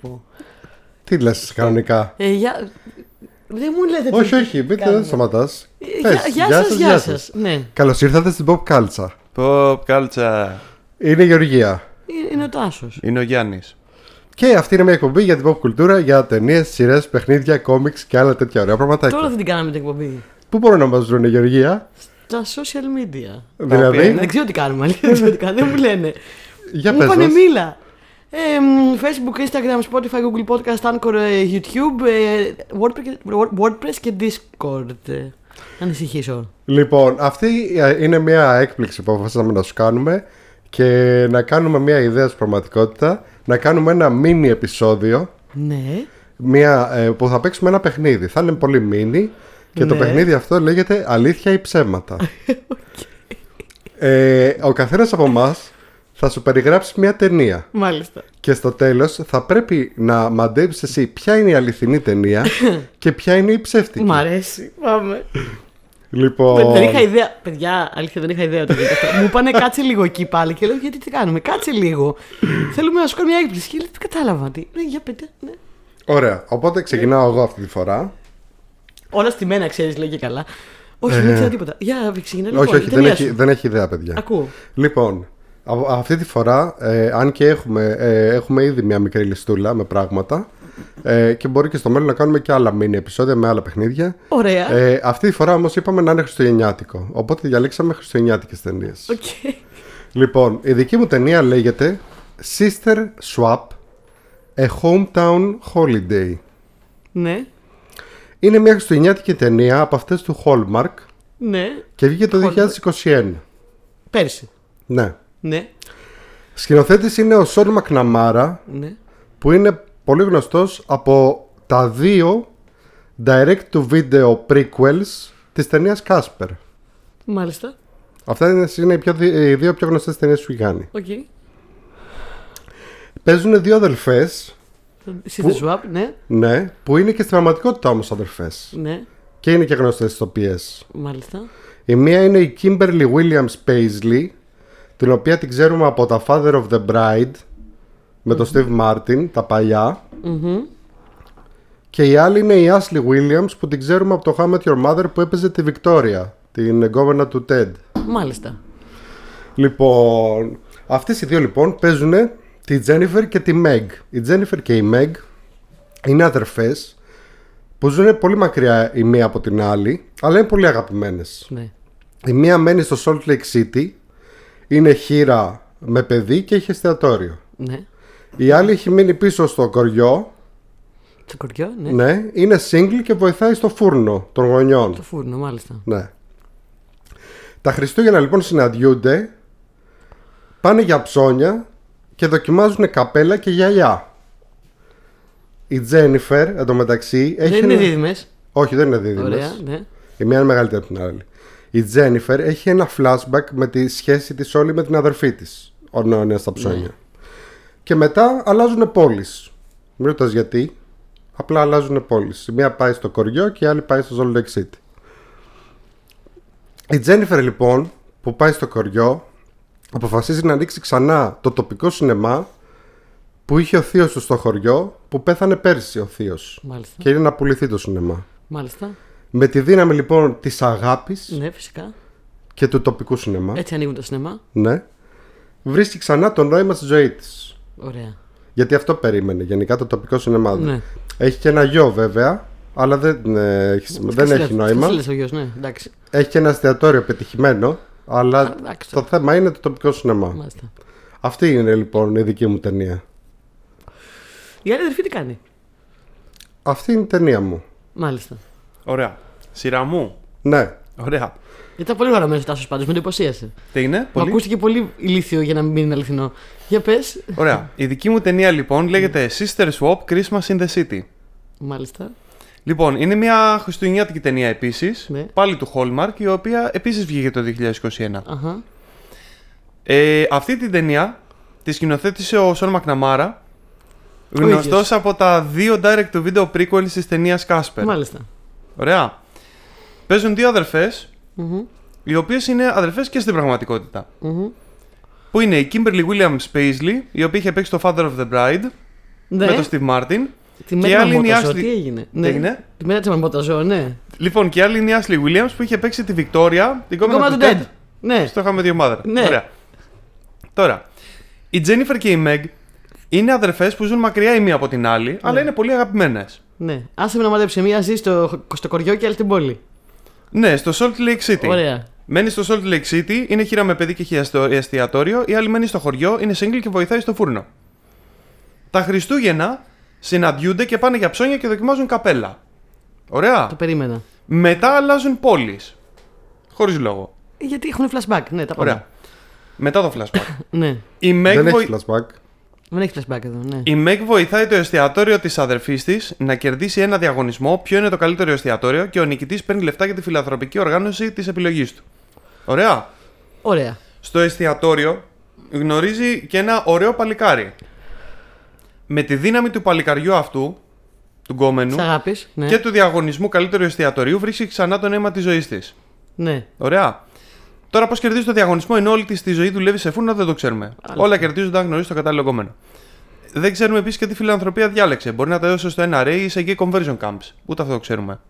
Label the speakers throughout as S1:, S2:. S1: πω.
S2: Τι λες κανονικά.
S1: Ε, για... Δεν μου λέτε τι
S2: όχι, όχι, μην
S1: κάνουμε.
S2: δεν σταματάς.
S1: Ε, γεια- Γεια σας, γεια σας. Ναι,
S2: Καλώς ήρθατε στην Pop Κάλτσα.
S3: Pop κάλτσα.
S2: Είναι η Γεωργία.
S1: Ε, είναι ο Τάσος.
S3: Είναι ο Γιάννης.
S2: Και αυτή είναι μια εκπομπή για την pop κουλτούρα, για ταινίες, σειρές, παιχνίδια, κόμιξ και άλλα τέτοια ωραία πραγματάκια.
S1: Τώρα δεν την κάναμε την εκπομπή.
S2: Πού μπορούν να μας βρουν η Γεωργία,
S1: Τα social media.
S2: δηλαδή.
S3: οποία είναι-
S1: Δεν ξέρω τι κάνουμε, αλήθεια. Δεν ξέρω τι κάνουμε. Δεν μου λένε.
S2: Για
S1: μου
S2: πες
S1: είπανε
S2: μας.
S1: μίλα. Ε, μ, Facebook, Instagram, Spotify, Google Podcast, Anchor, ε, YouTube, ε, WordPress, και- WordPress και Discord. Ε, Ανησυχήσω.
S2: Λοιπόν, αυτή ε, είναι μια έκπληξη που αποφασίσαμε να σου κάνουμε και να κάνουμε μια ιδέα στην πραγματικότητα, να κάνουμε ένα mini επεισόδιο
S1: Ναι.
S2: μια, ε, που θα παίξουμε ένα παιχνίδι. Θα είναι πολύ μίνι και το
S1: Ναι.
S2: παιχνίδι αυτό λέγεται Αλήθεια ή ψέματα. ε, ο καθένας από εμάς θα σου περιγράψει μια ταινία
S1: Μάλιστα.
S2: και στο τέλος θα πρέπει να μαντέψεις εσύ ποια είναι η αληθινή ταινία και ποια είναι η ψεύτικη.
S1: Μ' αρέσει. Πάμε.
S2: Λοιπόν,
S1: Δεν- Δεν είχα ιδέα. Παιδιά, αλήθεια δεν είχα ιδέα ότι γίνεται αυτό. Μου πάνε κάτσε λίγο εκεί πάλι και λέω γιατί τι κάνουμε. Κάτσε λίγο. Θέλουμε να σου κάνουμε μια έκπληξη. Και λέει, δεν κατάλαβα τι. Ναι, για παιδιά. Ναι.
S2: ωραία, οπότε ξεκινάω εγώ αυτή τη φορά.
S1: Όλα στη μένα ξέρεις, λέει και καλά. Όχι, δεν ξέρω τίποτα. Για ξεκινά λοιπόν.
S2: Ε, όχι, όχι,
S1: η
S2: δεν
S1: ταινία
S2: έχει,
S1: σου.
S2: δεν έχει ιδέα, παιδιά.
S1: Ακούω.
S2: Λοιπόν, α- αυτή τη φορά, ε, αν και έχουμε, ε, έχουμε ήδη μια μικρή λιστούλα με πράγματα ε, και μπορεί και στο μέλλον να κάνουμε και άλλα mini επεισόδια με άλλα παιχνίδια.
S1: Ωραία.
S2: Ε, αυτή τη φορά όμως είπαμε να είναι χριστουγεννιάτικο. Οπότε διαλέξαμε χριστουγεννιάτικες ταινίες.
S1: Οκ.
S2: Λοιπόν, η δική μου ταινία λέγεται Sister Swap A Hometown Holiday.
S1: Ναι,
S2: Είναι μια χριστουγεννιάτικη ταινία από αυτές του Hallmark
S1: ναι.
S2: και βγήκε το
S1: Hallmark.
S2: 2021.
S1: Πέρσι.
S2: Ναι.
S1: Ναι,
S2: Σκηνοθέτης είναι ο Σον Μακναμάρα
S1: ναι.
S2: που είναι πολύ γνωστός από τα δύο direct to video prequels της ταινίας Casper.
S1: Μάλιστα.
S2: Αυτά είναι, είναι οι, πιο, δι- οι δύο πιο γνωστές ταινίες που έχει κάνει.
S1: Οκ.
S2: Παίζουν δύο αδελφές,
S1: Sister Swap, ναι,
S2: ναι, που είναι και στην πραγματικότητα όμως αδελφές.
S1: ναι.
S2: Και είναι και γνωστές ιστοποιές.
S1: Μάλιστα.
S2: Η μία είναι η Kimberly Williams Paisley, την οποία την ξέρουμε από τα Father of the Bride, με τον Steve Martin, τα παλια Και η άλλη είναι η Ashley Williams, που την ξέρουμε από το How I Met Your Mother που έπαιζε τη Victoria, την εγκόμενα του Ted.
S1: Μάλιστα.
S2: Λοιπόν, αυτές οι δύο λοιπόν παίζουν τη Jennifer και τη Meg. Η Jennifer και η Meg είναι αδερφές που ζουν πολύ μακριά η μία από την άλλη, αλλά είναι πολύ αγαπημένες.
S1: Ναι.
S2: Η μία μένει στο Salt Lake City, είναι χείρα με παιδί και έχει εστιατόριο.
S1: Ναι.
S2: Η άλλη έχει μείνει πίσω στο κοριό,
S1: Το κοριό, ναι.
S2: ναι, είναι single και βοηθάει στο φούρνο των γονιών.
S1: Το φούρνο, μάλιστα.
S2: Ναι. Τα Χριστούγεννα λοιπόν συναντιούνται, πάνε για ψώνια και δοκιμάζουν καπέλα και γυαλιά. Η Τζένιφερ, εντωμεταξύ, έχει.
S1: Δεν είναι
S2: ένα-
S1: δίδυμες.
S2: Όχι, δεν είναι δίδυμες.
S1: Ωραία, ναι.
S2: Η μία είναι μεγαλύτερη από την άλλη. Η Τζένιφερ έχει ένα flashback με τη σχέση της όλη με την αδερφή της. Ο Νόνια στα ψώνια. Και μετά αλλάζουν πόλεις. Μην ρωτάς γιατί. Απλά αλλάζουν πόλεις. Η μία πάει στο κοριό και η άλλη πάει στο Salt Lake City. Η Τζένιφερ λοιπόν που πάει στο κοριό αποφασίζει να ανοίξει ξανά το τοπικό σινεμά που είχε ο θείος του στο χωριό που πέθανε πέρσι ο θείος.
S1: Μάλιστα.
S2: Και είναι να πουληθεί το σινεμά.
S1: Μάλιστα.
S2: Με τη δύναμη λοιπόν της αγάπης
S1: Ναι, φυσικά.
S2: και του τοπικού σινεμά,
S1: Έτσι ανοίγουν το σινεμά.
S2: ναι, βρίσκει ξανά το νόημα στη ζωή της.
S1: Ωραία.
S2: Γιατί αυτό περίμενε γενικά το τοπικό σινεμά. δεν-
S1: Ναι.
S2: Έχει και ένα γιο βέβαια, αλλά δεν, ε, έχει σημα- δεν έχει νόημα.
S1: Φίλε ο γιος, ναι. Εντάξει.
S2: Έχει και ένα εστιατόριο πετυχημένο, αλλά
S1: εντάξει, Ναι.
S2: το θέμα είναι το τοπικό σινεμά.
S1: Μάλιστα.
S2: Αυτή είναι λοιπόν η δική μου ταινία.
S1: Η άλλη αδερφή τι κάνει.
S2: Αυτή είναι η ταινία μου.
S1: Μάλιστα.
S3: Ωραία. Σειρά μου.
S2: Ναι,
S3: Ωραία.
S1: Ήταν πολύ γραμμένο τάσος πάντως, με εντυπωσίασε.
S3: Τι είναι,
S1: Μου
S3: πολύ.
S1: ακούστηκε πολύ ηλίθιο για να μην είναι αληθινό. Για πες.
S3: Ωραία. Η δική μου ταινία λοιπόν λέγεται Sister Swap Christmas in the City.
S1: Μάλιστα.
S3: Λοιπόν, είναι μια χριστουγεννιάτικη ταινία επίσης.
S1: Ναι.
S3: Πάλι του Hallmark, η οποία επίσης βγήκε το 2021.
S1: Αχα.
S3: Ε, αυτή την ταινία τη σκηνοθέτησε ο Σον Μακναμάρα.
S1: ίδιος.
S3: Γνωστός από τα δύο direct to video prequels της ταινίας Casper.
S1: Μάλιστα.
S3: Ωραία. Παίζουν δύο αδερφές,
S1: Μμμ.
S3: οι οποίες είναι αδερφές και στην πραγματικότητα.
S1: Μμμ.
S3: Που είναι η Kimberly Williams Paisley, η οποία είχε παίξει το Father of the Bride,
S1: Ναι.
S3: με τον Steve Martin.
S1: Τη μέρα
S3: άλλη είναι η
S1: Μαμόταζο,
S3: Ashley-
S1: τι έγινε. Ναι.
S3: Τι έγινε?
S1: Τη μέρα τη Μαμόταζο, ναι.
S3: Λοιπόν, και η άλλη είναι η Ashley Williams που είχε παίξει τη Βικτόρια, την κόμμα
S1: Κόμμα
S3: του
S1: του
S3: Dead.
S1: Dead. Ναι.
S3: Στο είχαμε δύο μάδρα.
S1: Ναι.
S3: Ωραία. Τώρα, η Τζένιφερ και η Μεγ είναι αδερφές που ζουν μακριά η μία από την άλλη, αλλά είναι πολύ αγαπημένες.
S1: Ναι. Άσε με να μαντέψει. Μία ζει στο, στο κοριό και άλλη την πόλη.
S3: Ναι, στο Salt Lake City.
S1: Ωραία.
S3: Μένει στο Salt Lake City, είναι χείρα με παιδί και έχει αστο- εστιατόριο, η άλλη μένει στο χωριό, είναι single και βοηθάει στο φούρνο. Τα Χριστούγεννα συναντιούνται και πάνε για ψώνια και δοκιμάζουν καπέλα. Ωραία.
S1: Το περίμενα.
S3: Μετά αλλάζουν πόλεις. Χωρίς λόγο.
S1: Ε, Γιατί έχουν flashback. Ναι, τα πάντα.
S3: Ωραία. Μετά το flashback.
S1: Ναι.
S3: Η Meg
S2: Δεν έχει
S3: βοη-
S2: flashback.
S1: Δεν έχει flashback εδώ. Ναι.
S3: Η Meg βοηθάει το εστιατόριο της αδερφής της να κερδίσει ένα διαγωνισμό ποιο είναι το καλύτερο εστιατόριο και ο νικητής παίρνει λεφτά για τη φιλανθρωπική οργάνωση της επιλογής του. Ωραία.
S1: Ωραία.
S3: Στο εστιατόριο γνωρίζει και ένα ωραίο παλικάρι. Με τη δύναμη του παλικαριού αυτού, του γκόμενου,
S1: Τη αγάπη. Ναι.
S3: και του διαγωνισμού καλύτερου εστιατορίου, βρίσκει ξανά το νόημα της ζωής της.
S1: ναι.
S3: Ωραία. Τώρα πώς κερδίζεις το διαγωνισμό ενώ όλη τη τη ζωή δουλεύεις σε φούρνο δεν το ξέρουμε. Όλα κερδίζονται αν γνωρίζεις το κατάλληλο κόμμα. Δεν ξέρουμε επίσης και τι φιλανθρωπία διάλεξε. Μπορεί να τα έδωσε στο NRA ή σε gay conversion camps. Ούτε αυτό το ξέρουμε.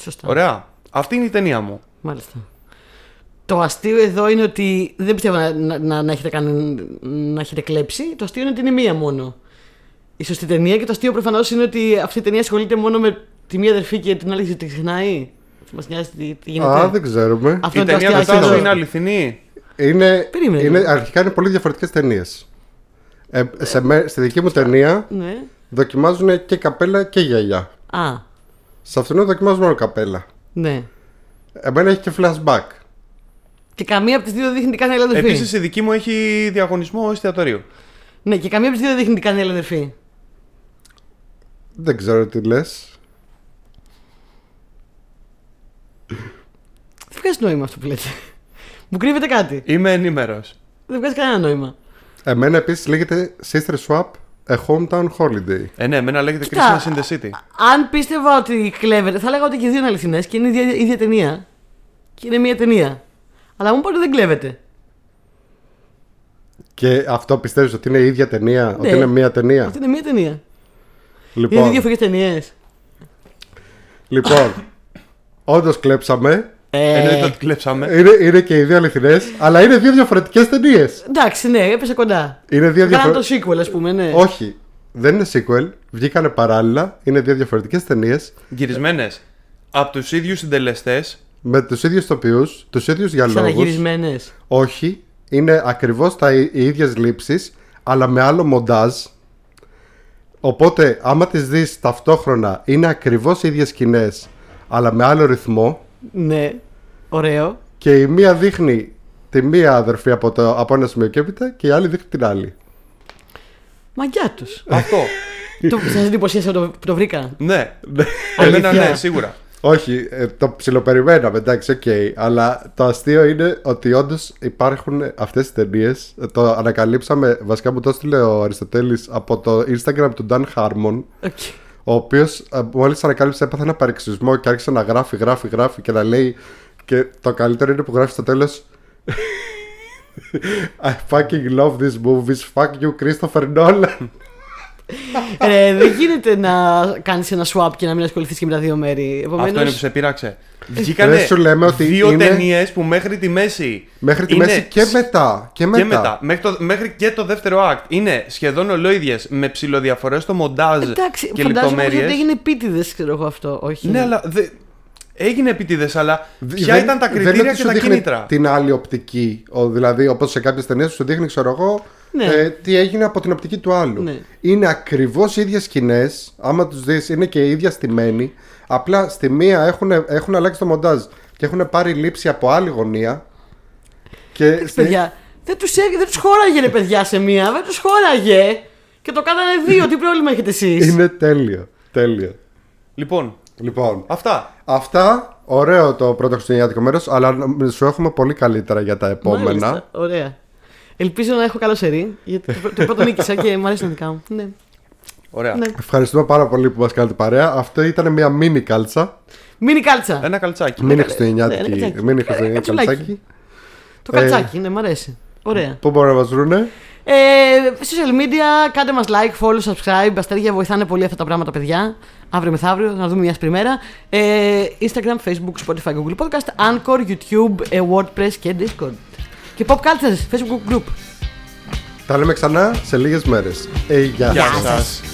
S1: Σωστά.
S3: Ωραία. Αυτή είναι η ταινία μου.
S1: Μάλιστα. Το αστείο εδώ είναι ότι. Δεν πιστεύω να, να, να, να έχετε κάνει, να έχετε κλέψει. Το αστείο είναι ότι είναι μία μόνο. Η σωστή ταινία και το αστείο προφανώς είναι ότι αυτή η ταινία ασχολείται μόνο με τη μία αδερφή και την άλλη τη ξεχνάει. Μας νοιάζει τι, τι γίνεται.
S2: Α, δεν ξέρουμε.
S1: Αυτό
S3: Η
S1: είναι το
S3: ταινία
S1: αστείο.
S3: μετά
S1: αστείο.
S3: είναι αληθινή.
S2: Είναι,
S1: Περίμενε
S2: είναι,
S1: λίγο.
S2: αρχικά είναι πολύ διαφορετικές ταινίες. Ε, σε, με- στη δική μου ταινία
S1: Ναι.
S2: δοκιμάζουν και καπέλα και γιαγιά.
S1: Α,
S2: Σε αυτήν δοκιμάζουν μόνο καπέλα.
S1: ναι.
S2: Εμένα έχει και flashback.
S1: Και καμία από τις δύο δείχνει την κανένα αδερφή.
S3: Επίσης η δική μου έχει διαγωνισμό εστιατορίου.
S1: Ναι, και καμία από τις δύο δείχνει την κανένα αδερφή.
S2: Δεν ξέρω τι λες.
S1: Δεν βγάζει νόημα αυτό που λέτε. Μου κρύβεται κάτι.
S3: Είμαι ενήμερος.
S1: Δεν βγάζει κανένα νόημα.
S2: Εμένα επίσης λέγεται Sister Swap A Hometown Holiday.
S3: Ε, ναι, εμένα λέγεται
S1: Κοίτα,
S3: Christmas in the City.
S1: Αν πίστευα ότι κλέβετε, θα λέγαω ότι και οι δύο είναι αληθινές και είναι η ίδια, η ίδια ταινία. Και είναι μία ταινία. Αλλά μου είπα ότι δεν κλέβετε.
S2: Και αυτό πιστεύεις ότι είναι η ίδια ταινία, ότι είναι μία ταινία.
S1: Αυτή είναι μία ταινία. Ναι. Είναι δύο
S2: Λοιπόν,
S1: διαφορετικές ταινίες.
S2: λοιπόν όντως κλέψαμε.
S1: Ε,
S3: Εννοείται ότι κλέψαμε.
S2: Είναι, είναι και οι δύο αληθινές, αλλά είναι δύο διαφορετικές ταινίες.
S1: Εντάξει, ναι, έπεσε κοντά.
S2: Είναι δύο
S1: Κάναν το
S2: διαφορετικές...
S1: sequel, ας πούμε, ναι.
S2: Όχι, δεν είναι sequel. Βγήκανε παράλληλα. Είναι δύο διαφορετικές ταινίες
S3: Γυρισμένες από τους ίδιους συντελεστές.
S2: με τους ίδιους τοπιούς, τους ίδιους διαλόγους.
S1: Ξαναγυρισμένες.
S2: Όχι, είναι ακριβώς τα, οι οι ίδιες λήψεις, αλλά με άλλο μοντάζ. Οπότε, άμα τις δεις ταυτόχρονα, είναι ακριβώς οι ίδιες σκηνές, αλλά με άλλο ρυθμό.
S1: Ναι. Ωραίο.
S2: Και η μία δείχνει τη μία αδερφή από, το, από ένα σημείο και έπειτα και η άλλη δείχνει την άλλη.
S1: Μαγιά τους.
S3: Αυτό.
S1: Σας εντυπωσίασε που το, που το βρήκα.
S3: ναι. Εμένα
S1: Αλήθεια.
S3: ναι, σίγουρα.
S2: Όχι, ε, το ψιλοπεριμέναμε, εντάξει, οκ. αλλά το αστείο είναι ότι όντως υπάρχουν αυτές οι ταινίες. Το ανακαλύψαμε, βασικά μου το έστειλε ο Αριστοτέλης από το Instagram του Dan Harmon,
S1: Οκ.
S2: ο οποίος μόλις ανακάλυψε έπαθε ένα παρεξισμό και άρχισε να γράφει, γράφει, γράφει και να λέει. Και το καλύτερο είναι που γράφεις στο τέλος. I fucking love these movies. Fuck you, Christopher Nolan.
S1: Ρε, Ε, δεν γίνεται να κάνεις ένα swap και να μην ασχοληθείς και με τα δύο μέρη.
S3: Αυτό
S1: Επομένως.
S3: είναι που σε πειράξε.
S1: Ε,
S3: Βγήκανε
S2: Δεν σου λέμε ότι
S3: δύο
S2: είναι-
S3: ταινίες που μέχρι τη μέση.
S2: Μέχρι τη
S3: είναι
S2: μέση και
S3: σ-
S2: μετά. Και μετά.
S3: Και μετά. Μέχρι, το, μέχρι και το δεύτερο act. Είναι σχεδόν ολόιδιες με ψηλοδιαφορές στο μοντάζ
S1: Εντάξει,
S3: και
S1: φαντάζομαι ότι
S3: λεπτομέρειε.
S1: έγινε επίτηδες, ξέρω εγώ αυτό. Όχι.
S3: Ναι, αλλά. δε- Έγινε επίτηδες, αλλά ποια
S2: Δεν-
S3: ήταν τα
S2: δεν είναι
S3: κριτήρια
S2: ότι
S3: και
S2: σου
S3: τα
S2: δείχνει
S3: κίνητρα.
S2: Την άλλη οπτική. Ο, δηλαδή, όπως σε κάποιες ταινίες σου δείχνει, ξέρω εγώ,
S1: Ναι.
S2: ε, τι έγινε από την οπτική του άλλου.
S1: Ναι.
S2: Είναι ακριβώς οι ίδιες σκηνές. Άμα τους δεις, είναι και οι ίδια στημένοι. Απλά στη μία έχουν, έχουν αλλάξει το μοντάζ και έχουν πάρει λήψη από άλλη γωνία. Και στη-
S1: παιδιά. Δεν τους δεν τους χώραγε ρε παιδιά σε μία, δεν τους χώραγε. Και το κάνανε δύο, τι πρόβλημα έχετε εσείς.
S2: είναι τέλειο. Τέλειο.
S3: Λοιπόν,
S2: Λοιπόν,
S3: αυτά.
S2: αυτά. Ωραίο το πρώτο χριστουγεννιάτικο μέρος, αλλά σου έχουμε πολύ καλύτερα για τα επόμενα.
S1: Ωραία. Ελπίζω να έχω καλό σερί, γιατί το πρω- το πρώτο νίκησα και μου αρέσει τα δικά μου. Ναι.
S3: Ωραία.
S1: Ναι.
S2: Ευχαριστούμε πάρα πολύ που μας κάνετε παρέα. Αυτό ήταν μια μίνι κάλτσα.
S1: Μίνι κάλτσα.
S3: Ένα καλτσάκι.
S2: Μίνι
S1: ναι,
S2: χριστουγεννιάτικη.
S1: ναι, ναι,
S2: Μίνι
S1: ναι,
S2: χριστουγεννιάτικη
S1: κατσουλάκι.
S2: καλτσάκι.
S1: Το καλτσάκι, ναι, μου αρέσει. Ωραία.
S2: Πού μπορούν να μας βρούνε.
S1: Ε, social media, κάντε μας like, follow, subscribe. Αστέρια βοηθάνε πολύ αυτά τα πράγματα, παιδιά. Αύριο μεθαύριο, να δούμε μια σπριμέρα. Ε, Instagram, Facebook, Spotify, Google Podcast, Anchor, YouTube, ε, WordPress και Discord. Και Pop Cultures, Facebook Group.
S2: Τα λέμε ξανά σε λίγες μέρες. Ε, γεια
S3: Γεια
S2: σας.
S3: σας.